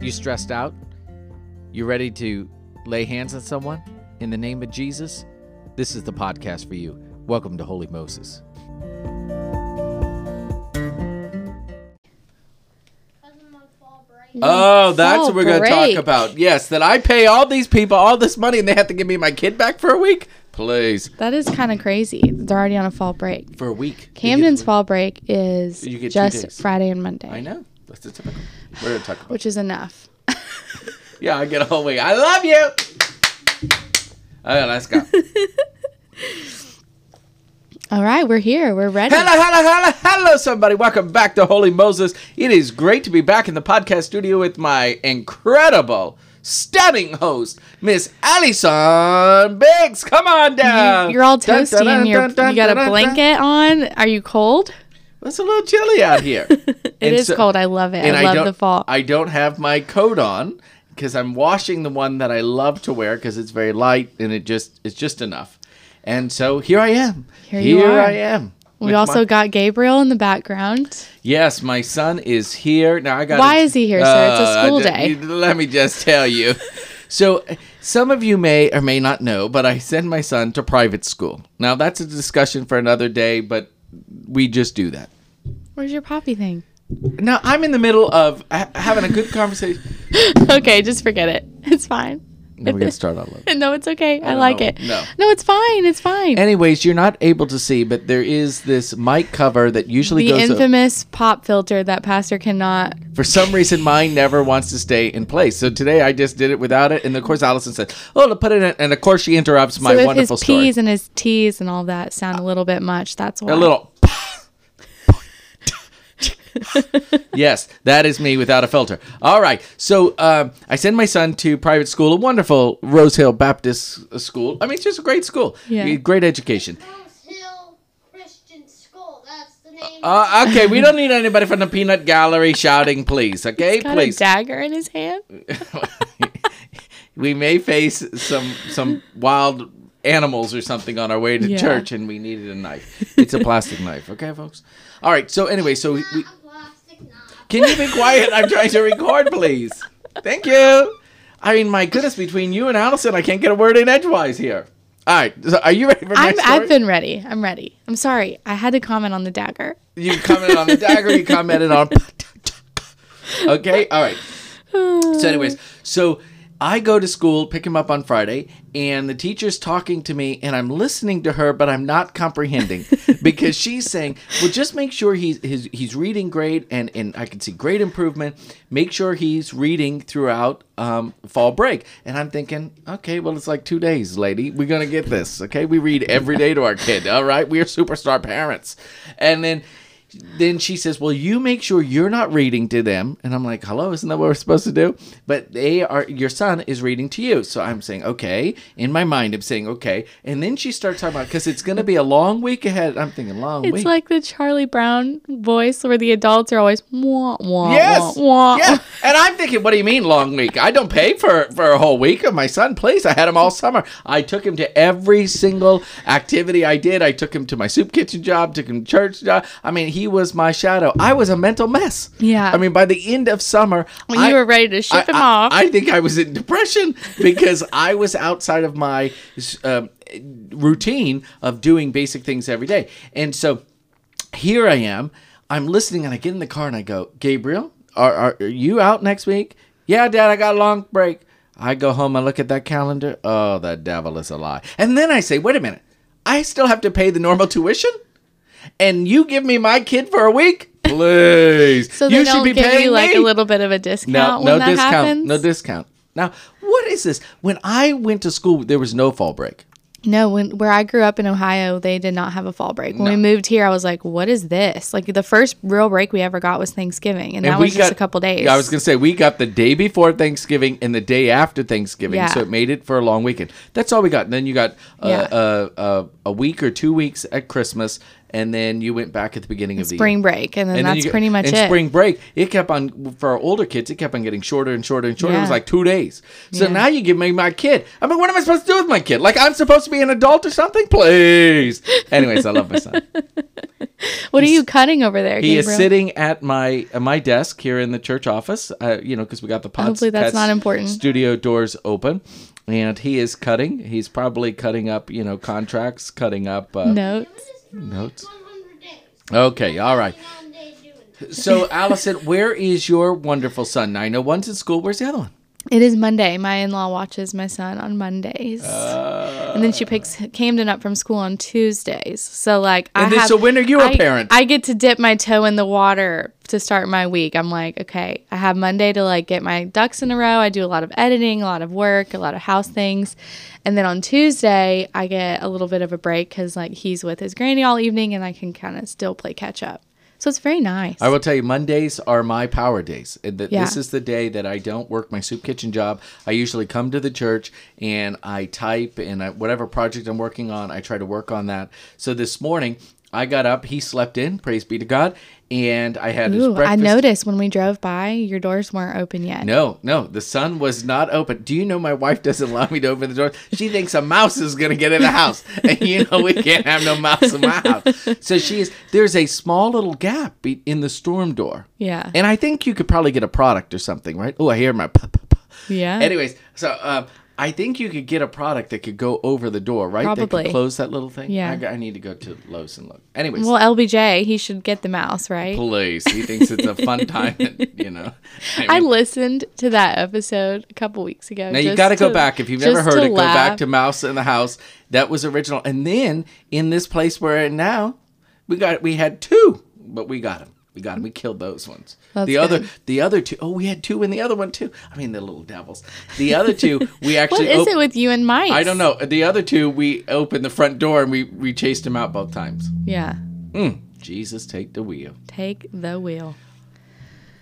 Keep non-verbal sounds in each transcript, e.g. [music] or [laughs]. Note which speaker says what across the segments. Speaker 1: You stressed out? You ready to lay hands on someone in the name of Jesus? This is the podcast for you. Welcome to Holy Moses. Oh, that's
Speaker 2: Fall
Speaker 1: what we're going to
Speaker 2: break.
Speaker 1: talk about. Yes, that I pay all these people all this money and they have to give me my kid back for a week? Please.
Speaker 2: That is kind of crazy. They're already on a fall break.
Speaker 1: For a week.
Speaker 2: Camden's fall break is
Speaker 1: You get two
Speaker 2: just
Speaker 1: days.
Speaker 2: Friday and Monday,
Speaker 1: I know. That's the typical. We're going to talk about
Speaker 2: which is enough.
Speaker 1: Yeah, I get a whole week. I love you. All right, let's go. hello,
Speaker 2: All right, we're here. We're ready.
Speaker 1: hello, hello, hello, somebody. Welcome back to Holy Moses. It is great to be back in the podcast studio with my incredible, stunning host, Miss Allison Biggs. Come on down.
Speaker 2: You're all
Speaker 1: Dun,
Speaker 2: toasty
Speaker 1: dun,
Speaker 2: and you're,
Speaker 1: dun, dun,
Speaker 2: you got
Speaker 1: dun,
Speaker 2: a
Speaker 1: dun,
Speaker 2: blanket on. Are you cold?
Speaker 1: dun. It's a little chilly out
Speaker 2: [laughs]
Speaker 1: here.
Speaker 2: It
Speaker 1: [laughs] And
Speaker 2: is
Speaker 1: so-
Speaker 2: cold. I love it. I love
Speaker 1: don't,
Speaker 2: the fall.
Speaker 1: I don't have my coat on because I'm washing the one that I love to wear because it's very light and it just it's just enough. And so here I am.
Speaker 2: Here you are.
Speaker 1: I am.
Speaker 2: we
Speaker 1: with
Speaker 2: also
Speaker 1: my-
Speaker 2: got Gabriel in the background.
Speaker 1: yes, my son is here. Now I got. Uh,
Speaker 2: Why is he here, sir? It's a school day.
Speaker 1: Let me just tell you. So, some of you may or may not know, but I send my son to private school. Now, that's a discussion for another day, but we just do that.
Speaker 2: Where's your poppy
Speaker 1: [laughs]
Speaker 2: thing?
Speaker 1: Now, I'm in the middle of ha- having a good conversation.
Speaker 2: okay, just forget it. [laughs] It's fine.
Speaker 1: Now we got to start all over.
Speaker 2: [laughs] No, it's okay. I,
Speaker 1: don't
Speaker 2: like
Speaker 1: know.
Speaker 2: it.
Speaker 1: No.
Speaker 2: no, it's fine. It's fine.
Speaker 1: Anyways, you're not able to see, but there is this mic cover that usually
Speaker 2: the
Speaker 1: goes up-
Speaker 2: infamous pop filter that pastor cannot
Speaker 1: For some reason, mine never wants to stay in place. So today I just did it without it. And of course, Allison said, Oh, to put it in. And of course, she interrupts my
Speaker 2: so if
Speaker 1: wonderful
Speaker 2: his
Speaker 1: story. Uh,
Speaker 2: p's and his t's and all that sound a little bit much that's why
Speaker 1: A
Speaker 2: [laughs]
Speaker 1: little. yes, that is me without a filter. All right. So um, I send my son to private school, a wonderful Rose Hill Baptist uh, school. I mean, it's just a great school,
Speaker 2: Yeah.
Speaker 1: great education.
Speaker 3: Rose Hill Christian School. That's the name.
Speaker 1: Uh, okay, we don't need anybody from the peanut gallery shouting,
Speaker 2: [laughs]
Speaker 1: please. Okay,
Speaker 2: got
Speaker 1: please.
Speaker 2: a dagger in his hand
Speaker 1: [laughs] we may face some some wild animals or something on our way to
Speaker 2: Yeah.
Speaker 1: church, and we needed a knife. It's a plastic [laughs] knife. Okay, folks. All right. So anyway, so we, we
Speaker 3: Not a plastic knife.
Speaker 1: can you be quiet? I'm trying to record, please. Thank you. I mean, my goodness, between you and Allison, I can't get a word in edgewise here. All right. So are you ready for my
Speaker 2: I'm,
Speaker 1: story?
Speaker 2: i've been ready i'm ready i'm sorry i had to comment on the dagger
Speaker 1: You commented on the dagger. You commented
Speaker 2: [laughs]
Speaker 1: on. [laughs] okay. All right. So, anyways, so I go to school, pick him up on Friday, and the teacher's talking to me, and I'm listening to her, but I'm not comprehending because she's saying, "Well, just make sure he's he's, he's reading great, and and I can see great improvement. Make sure he's reading throughout um, fall break." And I'm thinking, "Okay, well, it's like two days, lady. We're gonna get this. Okay, we read every day to our kid. All right, we are superstar parents." And then then she says, "Well, you make sure you're not reading to them." And I'm like, "Hello, isn't that what we're supposed to do?" But they are. Your son is reading to you, so I'm saying, "Okay." In my mind, I'm saying, "Okay." And then she starts talking about because it's going to be a long week ahead. I'm thinking, "Long
Speaker 2: it's
Speaker 1: week."
Speaker 2: like the charlie brown voice where the adults are always wah, wah,
Speaker 1: Yes.
Speaker 2: wah, wah.
Speaker 1: Yeah. And I'm thinking, what do you mean long week? I don't pay for for a whole week of my son. Please, I had him all summer. I took him to every single activity I did. I took him to my soup kitchen job, took him to church job. I mean, he was my shadow. I was a mental mess.
Speaker 2: Yeah.
Speaker 1: I mean, by the end of summer,
Speaker 2: when
Speaker 1: I,
Speaker 2: you were ready to ship
Speaker 1: I,
Speaker 2: him
Speaker 1: I-
Speaker 2: off
Speaker 1: I think I was in depression because I was outside of my um, routine of doing basic things every day. And so here I am. I'm listening and I get in the car and I go, Gabriel, are, are, are you out next week? Yeah, Dad, I got a long break. I go home, I look at that calendar. Oh, the devil is a lie. And then I say, wait a minute. I still have to pay the normal tuition? And you give me my kid for a
Speaker 2: [laughs]
Speaker 1: week? Please.
Speaker 2: so they
Speaker 1: you
Speaker 2: don't give you like a little bit of
Speaker 1: no,
Speaker 2: a discount
Speaker 1: no
Speaker 2: when that
Speaker 1: discount.
Speaker 2: happens
Speaker 1: No discount. Now, what is this? When I went to school, there was no fall break.
Speaker 2: No, when where I grew up in Ohio, they did not have a fall break. When we moved here, I was like, "What is this?" Like the first real break we ever got was Thanksgiving, and, that was just a couple days.
Speaker 1: Yeah, I was gonna say we got the day before Thanksgiving and the day after Thanksgiving,
Speaker 2: Yeah.
Speaker 1: so it made it for a long weekend. That's all we got. And then you got uh,
Speaker 2: Yeah.
Speaker 1: uh, uh, a week or two weeks at Christmas, and then you went back at the beginning of the year.
Speaker 2: spring break, and then
Speaker 1: And then
Speaker 2: that's
Speaker 1: you-
Speaker 2: pretty much
Speaker 1: and
Speaker 2: it.
Speaker 1: Spring break, it kept on for our older kids. It kept on getting shorter and shorter and shorter. It was
Speaker 2: Yeah.
Speaker 1: like two days. So
Speaker 2: Yeah.
Speaker 1: now you give me my kid. I mean, what am I supposed to do with my kid? Like I'm supposed to be an adult or something?
Speaker 2: [laughs]
Speaker 1: Please. Anyways, I love my son.
Speaker 2: what are you cutting over there?
Speaker 1: He is
Speaker 2: Gabriel?
Speaker 1: sitting at my at my desk here in the church office. Uh, you know, because we got the pods,
Speaker 2: Hopefully that's
Speaker 1: cuts,
Speaker 2: not important.
Speaker 1: Studio doors open, and he is cutting. He's probably cutting up, you know, contracts, cutting up uh,
Speaker 2: notes.
Speaker 1: notes.
Speaker 3: 100 days.
Speaker 1: Okay, all right.
Speaker 3: One day doing it.
Speaker 1: So, Allison, where is your wonderful son? Now, I know one's in school. Where's the other one?
Speaker 2: It is Monday. My in-law watches my son on Mondays,
Speaker 1: Uh.
Speaker 2: and then she picks Camden up from school on Tuesdays. So like, I
Speaker 1: And then-
Speaker 2: have,
Speaker 1: so when are you a
Speaker 2: I-
Speaker 1: parent?
Speaker 2: I get to dip my toe in the water to start my week. I'm like, okay, I have Monday to like get my ducks in a row. I do a lot of editing, a lot of work, a lot of house things, and then on Tuesday I get a little bit of a break because like he's with his granny all evening, and I can kind of still play catch up. So it's very nice.
Speaker 1: I will tell you, Mondays are my power days. And th- This
Speaker 2: Yeah.
Speaker 1: is the day that I don't work my soup kitchen job. I usually come to the church and I type and I, whatever project I'm working on, I try to work on that. So this morning, I got up. He slept in. Praise be to God. And I had his
Speaker 2: Ooh, I
Speaker 1: breakfast.
Speaker 2: noticed when we drove by, your doors weren't open yet.
Speaker 1: No, no, the sun was not open. Do you know my wife doesn't allow me to open the door? She thinks a mouse is gonna get in the house, [laughs] and you know we can't have no mouse in my house. So she is. There's a small little gap be- in the storm door.
Speaker 2: Yeah.
Speaker 1: and I think you could probably get a product or something, right? Oh, I hear my. Pop, pop, pop.
Speaker 2: Yeah.
Speaker 1: Anyways, so um, I think you could get a product that could go over the door, right? That could
Speaker 2: Probably.
Speaker 1: close that little thing.
Speaker 2: Yeah.
Speaker 1: I, g- I need to go to Lowe's and look. Anyways.
Speaker 2: Well, LBJ, he should get the mouse, right?
Speaker 1: Please. He thinks it's a fun [laughs] time, you know.
Speaker 2: I
Speaker 1: mean-
Speaker 2: listened to that episode a couple weeks ago.
Speaker 1: Now you
Speaker 2: just
Speaker 1: got to go
Speaker 2: to-
Speaker 1: back if you've
Speaker 2: just
Speaker 1: never heard
Speaker 2: to
Speaker 1: it. Go back
Speaker 2: laugh.
Speaker 1: to Mouse in the House. That was original. And then in this place we're at now, we got we had two, but we got them. We got them. We killed those ones.
Speaker 2: That's
Speaker 1: the other
Speaker 2: good.
Speaker 1: the other two oh we had two in the other one too. I mean the little devils. The other two we
Speaker 2: [laughs] What
Speaker 1: actually
Speaker 2: is
Speaker 1: op-
Speaker 2: it with you and mice?
Speaker 1: I don't know. The other two we opened the front door and we we chased them out both times.
Speaker 2: Yeah.
Speaker 1: Jesus take the wheel.
Speaker 2: Take the wheel.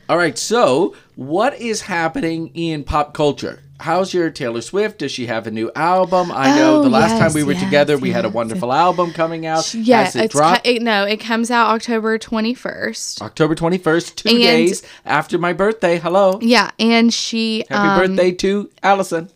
Speaker 1: All right, so what is happening in pop culture? How's your Taylor Swift? Does she have a new album? I know
Speaker 2: Oh,
Speaker 1: the last time
Speaker 2: yes,
Speaker 1: we were
Speaker 2: yes,
Speaker 1: together, we had a
Speaker 2: yes.
Speaker 1: wonderful album coming out.
Speaker 2: Yeah,
Speaker 1: Has it
Speaker 2: it's
Speaker 1: dropped?
Speaker 2: co- it, no, it comes out October 21st.
Speaker 1: October 21st, two
Speaker 2: And-
Speaker 1: days after my birthday. Hello.
Speaker 2: Yeah, and she
Speaker 1: Happy
Speaker 2: um,
Speaker 1: birthday to Allison.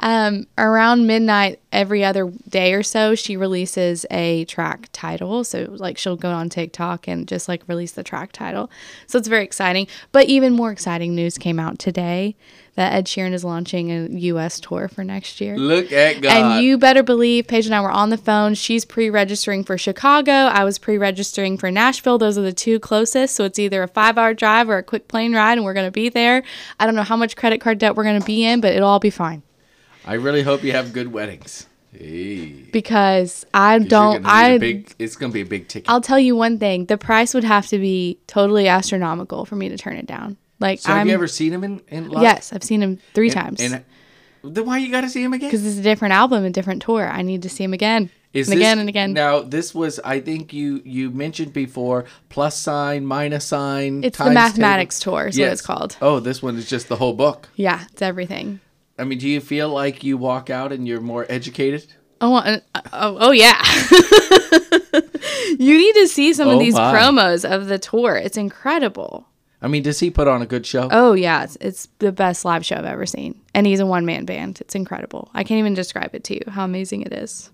Speaker 2: um, around midnight every other day or so, she releases a track title. So, like, she'll go on TikTok and just like release the track title. So, it's very exciting. But even more exciting news came out today that Ed Sheeran is launching a US tour for next year.
Speaker 1: Look at God.
Speaker 2: And you better believe Paige and I were on the phone. She's pre registering for Chicago. I was pre registering for Nashville. Those are the two closest. So it's either a five hour drive or a quick plane ride, and we're going to be there. I don't know how much credit card debt we're going to be in, but it'll all be fine
Speaker 1: I really hope you have good weddings. Hey.
Speaker 2: because I
Speaker 1: You're gonna
Speaker 2: don't.
Speaker 1: need a
Speaker 2: I
Speaker 1: big, it's going to be a big ticket.
Speaker 2: I'll tell you one thing: the price would have to be totally astronomical for me to turn it down. Like
Speaker 1: so have
Speaker 2: I'm.
Speaker 1: you ever seen him in, in live?
Speaker 2: yes, I've seen him three times.
Speaker 1: And, then why you got to see him again?
Speaker 2: because it's a different album, a different tour. I need to see him again
Speaker 1: Is
Speaker 2: and
Speaker 1: this-
Speaker 2: again and again.
Speaker 1: Now this was, I think you you mentioned before, plus sign, minus sign.
Speaker 2: it's the
Speaker 1: times
Speaker 2: mathematics
Speaker 1: table.
Speaker 2: tour, is what
Speaker 1: Yes.
Speaker 2: it's called.
Speaker 1: Oh, this one is just the whole book.
Speaker 2: Yeah, it's everything.
Speaker 1: I mean, do you feel like you walk out and you're more educated?
Speaker 2: Oh, uh, oh, oh yeah. [laughs] you need to see some
Speaker 1: Oh,
Speaker 2: of these
Speaker 1: my.
Speaker 2: promos of the tour. It's incredible.
Speaker 1: I mean, does he put on a good show?
Speaker 2: Oh yeah, it's, it's the best live show I've ever seen, and he's a one man band. It's incredible. I can't even describe it to you how amazing it is.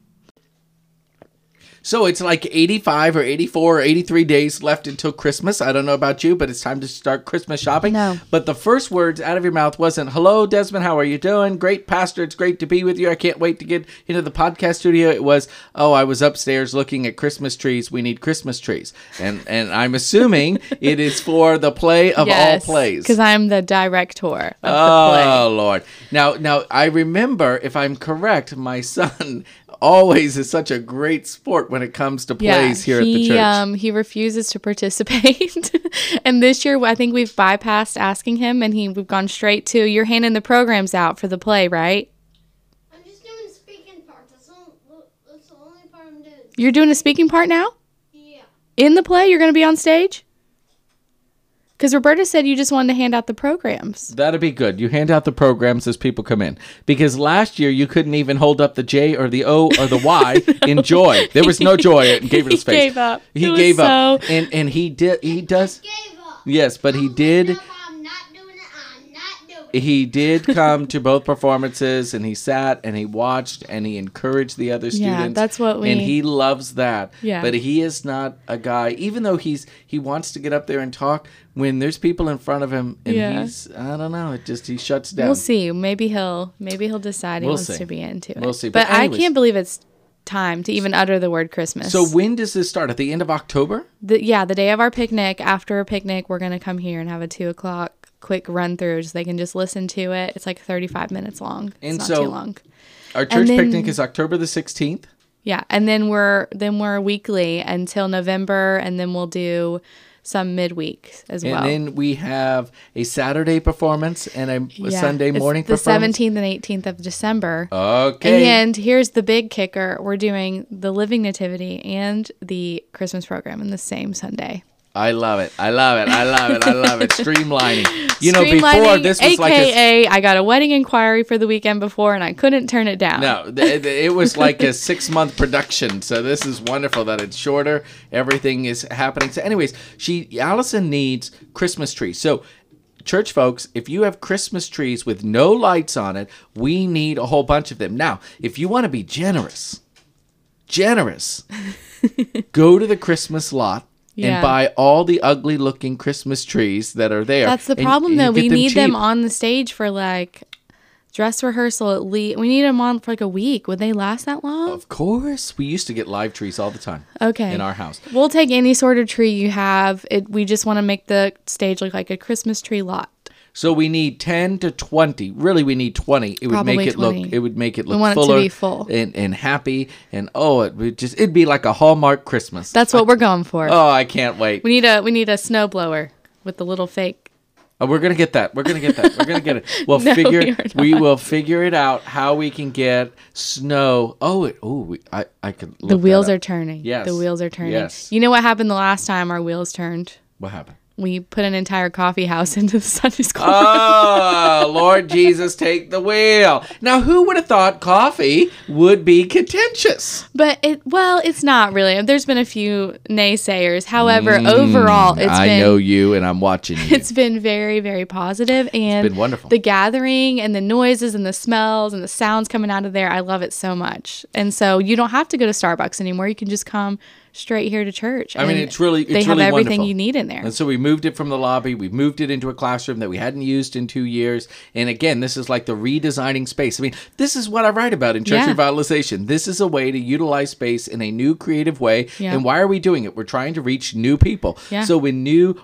Speaker 1: So it's like 85 or 84 or 83 days left until Christmas. I don't know about you, but it's time to start Christmas shopping.
Speaker 2: No.
Speaker 1: But the first words out of your mouth wasn't, Hello, Desmond, how are you doing? Great, Pastor. It's great to be with you. I can't wait to get into the podcast studio. It was, Oh, I was upstairs looking at Christmas trees. We need Christmas trees. And and I'm assuming it is for the play of all plays.
Speaker 2: because I'm the director [laughs] of
Speaker 1: Oh Lord! Now, now I remember, if I'm correct, my son [laughs] always is such a great sport when it comes to
Speaker 2: the play.
Speaker 1: plays here
Speaker 2: he,
Speaker 1: at the church.
Speaker 2: Um, he refuses to [laughs] participate, [laughs] and this year I think we've bypassed asking him, and he we've gone straight to you're handing the programs out for the play, right?
Speaker 3: I'm just doing the speaking part. That's, all, that's the only part I'm doing.
Speaker 2: You're doing a speaking part now
Speaker 3: Yeah.
Speaker 2: in the play. You're going to be on stage. Because Roberta said you just wanted to hand out the programs.
Speaker 1: That'd be good. You hand out the programs as people come in. Because last year you couldn't even hold up the J or the O or the
Speaker 2: [laughs]
Speaker 1: Y in joy. There was no joy in Gabriel's
Speaker 2: He
Speaker 1: face.
Speaker 2: gave up.
Speaker 1: He
Speaker 2: It was
Speaker 1: gave up.
Speaker 2: so-
Speaker 1: And and he did he does
Speaker 3: Gave up.
Speaker 1: Yes, but he
Speaker 3: I'm
Speaker 1: did
Speaker 3: up, I'm not doing it. I'm not doing it.
Speaker 1: he did come to both performances and he sat and he watched and he encouraged the other
Speaker 2: Yeah,
Speaker 1: students.
Speaker 2: that's what we-
Speaker 1: And he loves that.
Speaker 2: Yeah.
Speaker 1: But he is not a guy even though he's he wants to get up there and talk when there's people in front of him and
Speaker 2: Yeah.
Speaker 1: he's I don't know, it just he shuts down.
Speaker 2: We'll see. Maybe he'll maybe he'll decide he
Speaker 1: We'll
Speaker 2: wants
Speaker 1: see.
Speaker 2: to be into it.
Speaker 1: We'll see.
Speaker 2: But,
Speaker 1: But
Speaker 2: I
Speaker 1: anyways.
Speaker 2: can't believe it's time to even utter the word Christmas.
Speaker 1: So when does this start? At the end of October?
Speaker 2: the, yeah, the day of our picnic, after a picnic, we're gonna come here and have a two o'clock quick run through, so they can just listen to it. It's like thirty five minutes long.
Speaker 1: And
Speaker 2: it's
Speaker 1: so-
Speaker 2: not too long.
Speaker 1: Our church
Speaker 2: then-
Speaker 1: picnic is October the 16th.
Speaker 2: Yeah, and then we're then we're weekly until November, and then we'll do some midweek as
Speaker 1: And
Speaker 2: well.
Speaker 1: then we have a Saturday performance and a
Speaker 2: Yeah,
Speaker 1: Sunday
Speaker 2: it's
Speaker 1: morning
Speaker 2: the
Speaker 1: performance. Oh,
Speaker 2: seventeenth and eighteenth of December.
Speaker 1: Okay.
Speaker 2: And here's the big kicker: we're doing the Living Nativity and the Christmas program in the same Sunday.
Speaker 1: I love it. I love it. I love it. I love [laughs] it. Streamlining. You know, before
Speaker 2: Streamlining,
Speaker 1: this was like a
Speaker 2: AKA, I got a wedding inquiry for the weekend before, and I couldn't turn it down.
Speaker 1: No, th- th- it was like a six month production. So this is wonderful that it's shorter. Everything is happening. So, anyways, she Allison needs Christmas trees. So, church folks, if you have Christmas trees with no lights on it, we need a whole bunch of them. Now, if you want to be generous,
Speaker 2: [laughs]
Speaker 1: generous, go to the Christmas lot.
Speaker 2: Yeah.
Speaker 1: And buy all the ugly looking Christmas trees that are there.
Speaker 2: That's the
Speaker 1: and-
Speaker 2: problem,
Speaker 1: and
Speaker 2: though.
Speaker 1: you get
Speaker 2: We need them
Speaker 1: cheap.
Speaker 2: on the stage for like dress rehearsal at least. We need them on for like a week. Would they last that long?
Speaker 1: Of course. We used to get live trees all the time.
Speaker 2: Okay.
Speaker 1: In our house.
Speaker 2: We'll take any sort of tree you have. It, we just want to make the stage look like a Christmas tree lot.
Speaker 1: So we need ten to twenty. Really, we need twenty. It would
Speaker 2: Probably
Speaker 1: make it
Speaker 2: 20.
Speaker 1: look. It would make it look
Speaker 2: want it to
Speaker 1: fuller
Speaker 2: be full.
Speaker 1: and and happy and oh, it would just it'd be like a Hallmark Christmas.
Speaker 2: That's what we're going for.
Speaker 1: oh, I can't wait.
Speaker 2: we need a we need a snowblower with the little fake.
Speaker 1: Oh, we're gonna get that. We're gonna get that. We're gonna
Speaker 2: [laughs]
Speaker 1: get it. We'll
Speaker 2: No, we
Speaker 1: figure.
Speaker 2: are
Speaker 1: We,
Speaker 2: not.
Speaker 1: will figure it out how we can get snow. Oh, it. Oh, we, I I could. Look
Speaker 2: The wheels
Speaker 1: that
Speaker 2: are
Speaker 1: up.
Speaker 2: turning.
Speaker 1: Yes.
Speaker 2: The wheels are turning.
Speaker 1: Yes.
Speaker 2: You know what happened the last time our wheels turned?
Speaker 1: What happened?
Speaker 2: We put an entire coffee house [laughs] into the Sunday school.
Speaker 1: Uh. Oh, Lord Jesus, take the wheel. Now, who would have thought coffee would be contentious?
Speaker 2: But it well, it's not really. There's been a few naysayers. However, overall, it's
Speaker 1: Mm, I
Speaker 2: been
Speaker 1: know you, and I'm watching you.
Speaker 2: it's been very very positive and
Speaker 1: been wonderful.
Speaker 2: The gathering and the noises and the smells and the sounds coming out of there, I love it so much. And so you don't have to go to Starbucks anymore. You can just come straight here to church.
Speaker 1: I mean,
Speaker 2: and
Speaker 1: it's really-
Speaker 2: they
Speaker 1: it's
Speaker 2: have
Speaker 1: really
Speaker 2: everything
Speaker 1: wonderful.
Speaker 2: you need in there.
Speaker 1: And so we moved it from the lobby. We moved it into a classroom that we hadn't used in two years. And again, this is like the redesigning space. I mean, this is what I write about in church
Speaker 2: Yeah.
Speaker 1: revitalization. This is a way to utilize space in a new creative way.
Speaker 2: Yeah.
Speaker 1: And why are we doing it? We're trying to reach new people.
Speaker 2: Yeah.
Speaker 1: So when new,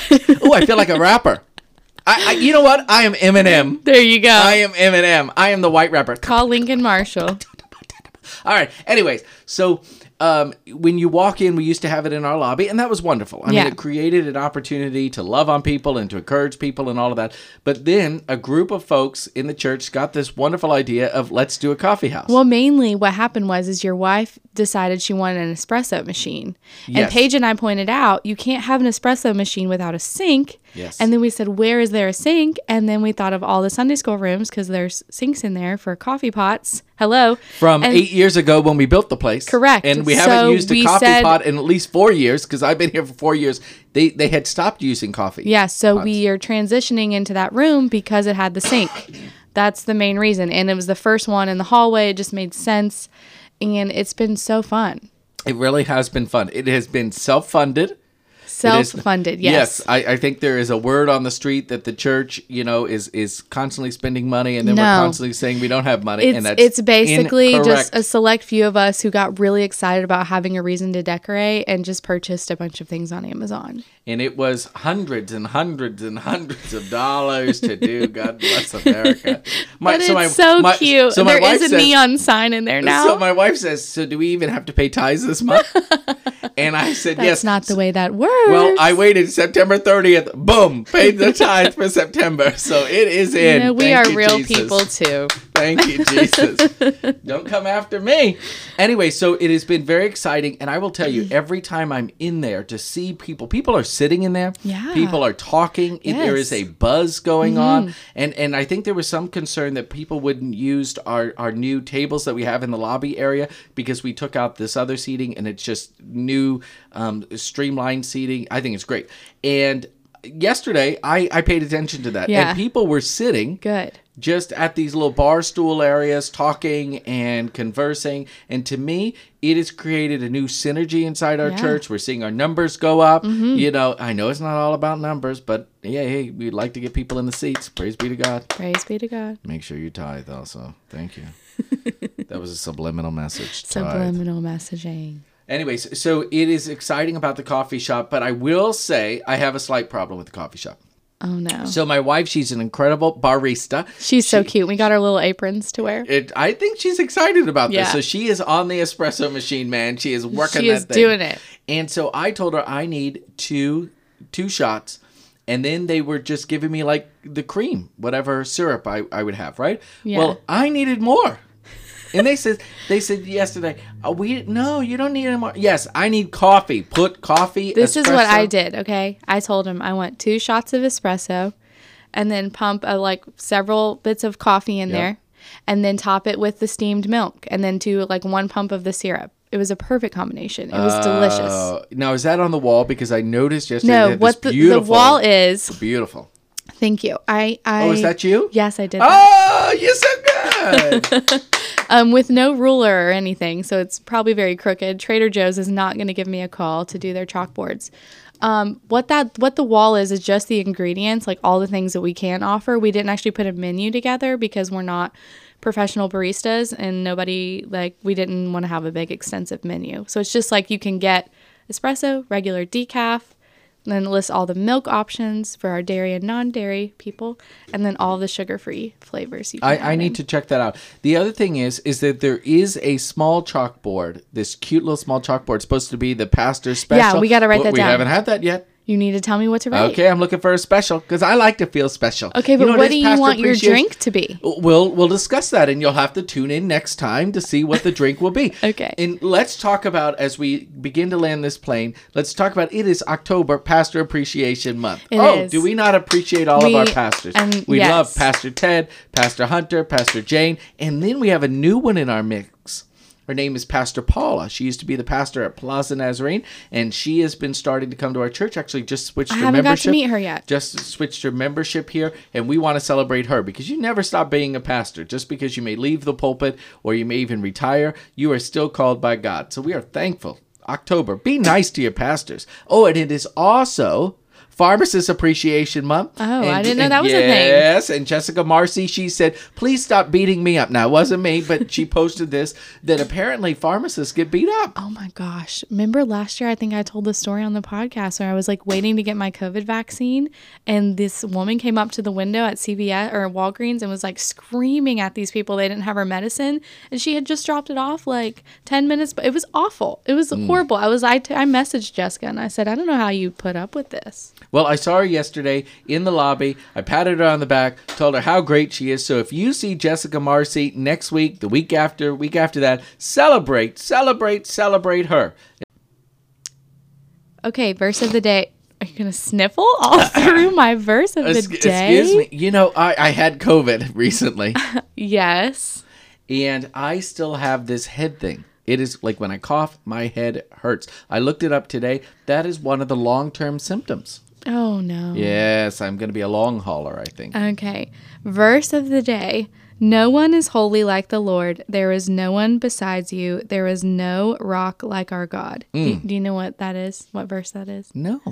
Speaker 1: [laughs] oh, I feel like a rapper. I, I, you know what? I am Eminem.
Speaker 2: [laughs] There you go.
Speaker 1: I am Eminem. I am the white rapper.
Speaker 2: Call Lincoln Marshall.
Speaker 1: All right. Anyways, so um, when you walk in, we used to have it in our lobby, and that was wonderful. I
Speaker 2: Yeah.
Speaker 1: mean, it created an opportunity to love on people and to encourage people and all of that. But then a group of folks in the church got this wonderful idea of let's do a coffee house.
Speaker 2: Well, mainly what happened was is your wife decided she wanted an espresso machine. And
Speaker 1: Yes.
Speaker 2: Paige and I pointed out you can't have an espresso machine without a sink.
Speaker 1: Yes.
Speaker 2: And then we said, where is there a sink? And then we thought of all the Sunday school rooms because there's sinks in there for coffee pots. Hello.
Speaker 1: From
Speaker 2: And-
Speaker 1: eight years ago when we built the place.
Speaker 2: Correct.
Speaker 1: And we
Speaker 2: So
Speaker 1: haven't used a
Speaker 2: we
Speaker 1: coffee
Speaker 2: said-
Speaker 1: pot in at least four years because I've been here for four years. They, they had stopped using coffee.
Speaker 2: Yeah, so we are transitioning into that room because it had the sink. That's the main reason. And it was the first one in the hallway. It just made sense. And it's been so fun.
Speaker 1: It really has been fun. It has been self funded. It
Speaker 2: Self
Speaker 1: is-
Speaker 2: funded. Yes.
Speaker 1: I, I think there is a word on the street that the church, you know, is is constantly spending money, and then we're
Speaker 2: No.
Speaker 1: constantly saying we don't have money, and
Speaker 2: it's
Speaker 1: that's
Speaker 2: it's basically just
Speaker 1: incorrect.
Speaker 2: a select few of us who got really excited about having a reason to decorate and just purchased a bunch of things on Amazon.
Speaker 1: and it was hundreds and hundreds and hundreds of dollars to do. God bless
Speaker 2: [laughs]
Speaker 1: America. My,
Speaker 2: But it's so
Speaker 1: my-
Speaker 2: cute.
Speaker 1: so my
Speaker 2: there
Speaker 1: wife
Speaker 2: is a
Speaker 1: says-
Speaker 2: neon sign in there now.
Speaker 1: So my wife says, "So do we even have to pay tithes this month?"
Speaker 2: [laughs]
Speaker 1: and I said,
Speaker 2: That's
Speaker 1: "Yes."
Speaker 2: not the way that works.
Speaker 1: well, I waited September 30th.
Speaker 2: [laughs]
Speaker 1: Boom, paid the tithe for September. So it is in.
Speaker 2: You know, we
Speaker 1: Thank
Speaker 2: are
Speaker 1: you,
Speaker 2: real
Speaker 1: Jesus.
Speaker 2: people too.
Speaker 1: Thank
Speaker 2: [laughs]
Speaker 1: you, Jesus. Don't come after me. Anyway, so it has been very exciting. And I will tell
Speaker 2: Mm.
Speaker 1: you, every time I'm in there to see people, people are sitting in there.
Speaker 2: Yeah.
Speaker 1: People are talking. It- There is
Speaker 2: Yes. Mm.
Speaker 1: a buzz going on. And and I think there was some concern that people wouldn't use our, our new tables that we have in the lobby area because we took out this other seating and it's just new um, streamlined seating. I think it's great. And yesterday I, I paid attention to that.
Speaker 2: Yeah.
Speaker 1: And people were sitting
Speaker 2: Good.
Speaker 1: just at these little bar stool areas talking and conversing and to me it has created a new synergy inside our
Speaker 2: Yeah. Mm-hmm.
Speaker 1: church we're seeing our numbers go up you know i know it's not all about numbers but yeah hey we'd like to get people in the seats praise be to god
Speaker 2: Praise be to God.
Speaker 1: make sure you tithe also thank
Speaker 2: [laughs]
Speaker 1: you that was a subliminal message tithe.
Speaker 2: Subliminal messaging.
Speaker 1: anyways so it is exciting about the coffee shop but i will say i have a slight problem with the coffee shop
Speaker 2: Oh no.
Speaker 1: so my wife she's an incredible barista
Speaker 2: She's so cute. We got her little aprons to wear.
Speaker 1: It, I think she's excited about this.
Speaker 2: Yeah.
Speaker 1: So she is on the espresso machine, man. She is working.
Speaker 2: She
Speaker 1: that
Speaker 2: is
Speaker 1: thing.
Speaker 2: doing it.
Speaker 1: And so I told her I need two two shots, and then they were just giving me like the cream, whatever syrup I, I would have, right?
Speaker 2: Yeah.
Speaker 1: Well, I needed more. And they said they said yesterday, oh, we no, you don't need any more. Yes, I need coffee. Put coffee.
Speaker 2: This is what I
Speaker 1: espresso."
Speaker 2: did, okay? I told him I want two shots of espresso and then pump uh, like several bits of coffee in there and then top it with the steamed milk and then do like one pump of the syrup. It was a perfect combination. It was
Speaker 1: Oh.
Speaker 2: delicious.
Speaker 1: Uh, now is that on the wall? Because I noticed yesterday. they
Speaker 2: No,
Speaker 1: had
Speaker 2: what
Speaker 1: this
Speaker 2: the, the
Speaker 1: beautiful-
Speaker 2: wall is.
Speaker 1: Beautiful.
Speaker 2: Thank you. I I
Speaker 1: Oh, is that you?
Speaker 2: Yes, I did. that.
Speaker 1: Oh, you're so good.
Speaker 2: Um with no ruler or anything, so it's probably very crooked. Trader Joe's is not going to give me a call to do their chalkboards. Um, what that what the wall is is just the ingredients, like all the things that we can offer. We didn't actually put a menu together because we're not professional baristas and nobody like we didn't want to have a big extensive menu. So it's just like you can get espresso, regular decaf, and then list all the milk options for our dairy and non-dairy people, and then all the sugar-free flavors. You can
Speaker 1: I, [laughs]
Speaker 2: add
Speaker 1: I
Speaker 2: in.
Speaker 1: need to check that out. The other thing is, is that there is a small chalkboard, this cute little small chalkboard, supposed to be the pastor's special.
Speaker 2: we gotta write
Speaker 1: Well,
Speaker 2: that
Speaker 1: we
Speaker 2: down.
Speaker 1: haven't had that yet.
Speaker 2: You need to tell me what to write.
Speaker 1: Okay, I'm looking for a special because I like to feel special.
Speaker 2: Okay,
Speaker 1: You
Speaker 2: but
Speaker 1: know, it
Speaker 2: what
Speaker 1: is
Speaker 2: do you
Speaker 1: Pastor
Speaker 2: want your
Speaker 1: Appreciation-
Speaker 2: drink to be?
Speaker 1: We'll we'll discuss that, and you'll have to tune in next time to see
Speaker 2: [laughs]
Speaker 1: what the drink will be.
Speaker 2: Okay.
Speaker 1: And let's talk about as we begin to land this plane. Let's talk about it is October Pastor Appreciation Month.
Speaker 2: It
Speaker 1: oh,
Speaker 2: is.
Speaker 1: do we not appreciate all of
Speaker 2: We-
Speaker 1: our pastors?
Speaker 2: and
Speaker 1: we
Speaker 2: yes.
Speaker 1: love Pastor Ted, Pastor Hunter, Pastor Jane, and then we have a new one in our mix. Her name is Pastor Paula. She used to be the pastor at Plaza Nazarene, and she has been starting to come to our church. Actually, just switched
Speaker 2: I
Speaker 1: her
Speaker 2: haven't got to
Speaker 1: membership
Speaker 2: meet her yet.
Speaker 1: just switched her membership here and we want to celebrate her because you never stop being a pastor just because you may leave the pulpit or you may even retire you are still called by god so we are thankful october be nice to your pastors oh and it is also Pharmacist Appreciation Month.
Speaker 2: Oh, I
Speaker 1: And-
Speaker 2: didn't know
Speaker 1: and
Speaker 2: that was a thing.
Speaker 1: Yes, and Jessica Marcy, she said, "Please stop beating me up." Now, it wasn't me, but
Speaker 2: [laughs]
Speaker 1: she posted this that apparently pharmacists get beat up.
Speaker 2: Oh my gosh. Remember last year, I think I told the story on the podcast where I was like waiting to get my COVID vaccine, and this woman came up to the window at CVS or Walgreens and was like screaming at these people. They didn't have her medicine, and she had just dropped it off like 10 minutes, but it was awful. It was
Speaker 1: Mm.
Speaker 2: horrible. I was, I, t- I messaged Jessica and I said, I don't know how you put up with this.
Speaker 1: Well, I saw her yesterday in the lobby. I patted her on the back, told her how great she is. So if you see Jessica Marcy next week, the week after, week after that, celebrate, celebrate, celebrate her.
Speaker 2: Okay, verse of the day. Are you going to sniffle all [laughs] through my verse of the
Speaker 1: Ex-
Speaker 2: day?
Speaker 1: Excuse me. You know, I, I had COVID [laughs] recently,
Speaker 2: Yes.
Speaker 1: and I still have this head thing. It is like when I cough, my head hurts. I looked it up today. That is one of the long term symptoms.
Speaker 2: Oh no.
Speaker 1: Yes, I'm going to be a long hauler, I
Speaker 2: Uh,
Speaker 1: think.
Speaker 2: Okay. Verse of the day. No one is holy like the Lord. There is no one besides you. There is no rock like our God. Do-
Speaker 1: Mm.
Speaker 2: Do, you know what that is? What verse that is?
Speaker 1: No.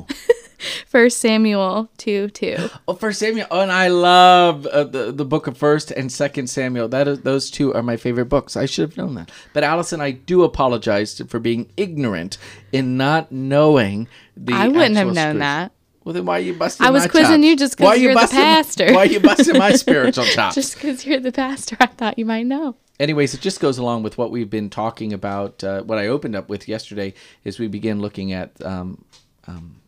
Speaker 2: First Samuel 2
Speaker 1: [gasps]
Speaker 2: 2.
Speaker 1: Oh, First Samuel, oh, and I love uh, the the book of First and Second Samuel. That is, those two are my favorite books. I should have known that. But Allison, I do apologize to- for being ignorant in not knowing the.
Speaker 2: I wouldn't have
Speaker 1: actual
Speaker 2: known
Speaker 1: scripture.
Speaker 2: that.
Speaker 1: Well, then why are you busting?
Speaker 2: I was
Speaker 1: my
Speaker 2: quizzing
Speaker 1: chops?
Speaker 2: you just 'cause
Speaker 1: Why are you
Speaker 2: you're the
Speaker 1: busting-
Speaker 2: pastor.
Speaker 1: Why are you busting
Speaker 2: [laughs]
Speaker 1: my spiritual chops?
Speaker 2: Just because you're the pastor, I thought you might know.
Speaker 1: Anyways, it just goes along with what we've been talking about. Uh, what I opened up with yesterday is we begin looking at um, um,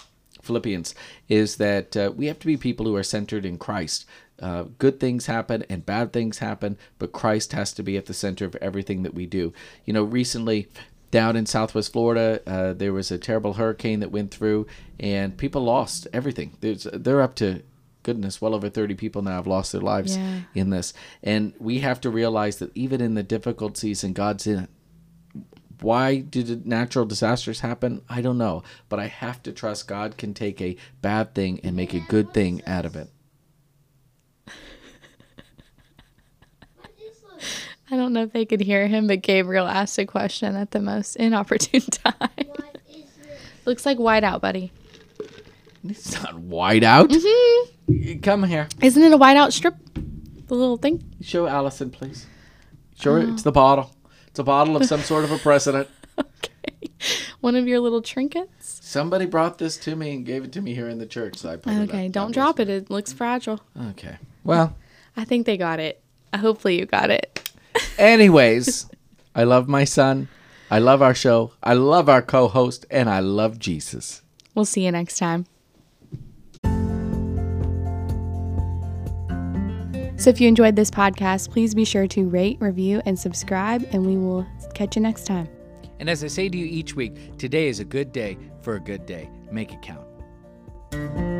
Speaker 1: Philippians, is that uh, we have to be people who are centered in Christ. uh, good things happen and bad things happen, but Christ has to be at the center of everything that we do. You know, recently down in Southwest Florida, uh, there was a terrible hurricane that went through, and people lost everything. There's, they're up to goodness, well over 30 people now have lost their lives
Speaker 2: Yeah.
Speaker 1: in this. And we have to realize that even in the difficult season, God's in it. Why did natural disasters happen? I don't know. But I have to trust God can take a bad thing and make a good thing out of it.
Speaker 3: What is this?
Speaker 2: I don't know if they could hear him, but Gabriel asked a question at the most inopportune [laughs] time.
Speaker 3: What is this?
Speaker 2: Looks like whiteout, buddy.
Speaker 1: It's not white out.
Speaker 2: hmm
Speaker 1: Mm-hmm. Come here.
Speaker 2: Isn't it a whiteout strip? The little thing. [laughs]
Speaker 1: Show Allison, please. Sure, it's the bottle. It's a bottle
Speaker 2: [laughs]
Speaker 1: of some sort of a precedent.
Speaker 2: Okay. One of your little trinkets.
Speaker 1: Somebody brought this to me and gave it to me here in the church, so I put it
Speaker 2: Okay, don't drop it. It looks fragile.
Speaker 1: it. Okay.
Speaker 2: [laughs]
Speaker 1: Well,
Speaker 2: I think they got it. Uh, Hopefully you got it.
Speaker 1: anyways, I love my son. I love our show. I love our co-host, and I love Jesus.
Speaker 2: [laughs] We'll see you next time. So if you enjoyed this podcast, please be sure to rate, review, and subscribe, and we will catch you next time.
Speaker 1: And as I say to you each week, today is a good day for a good day. Make it count.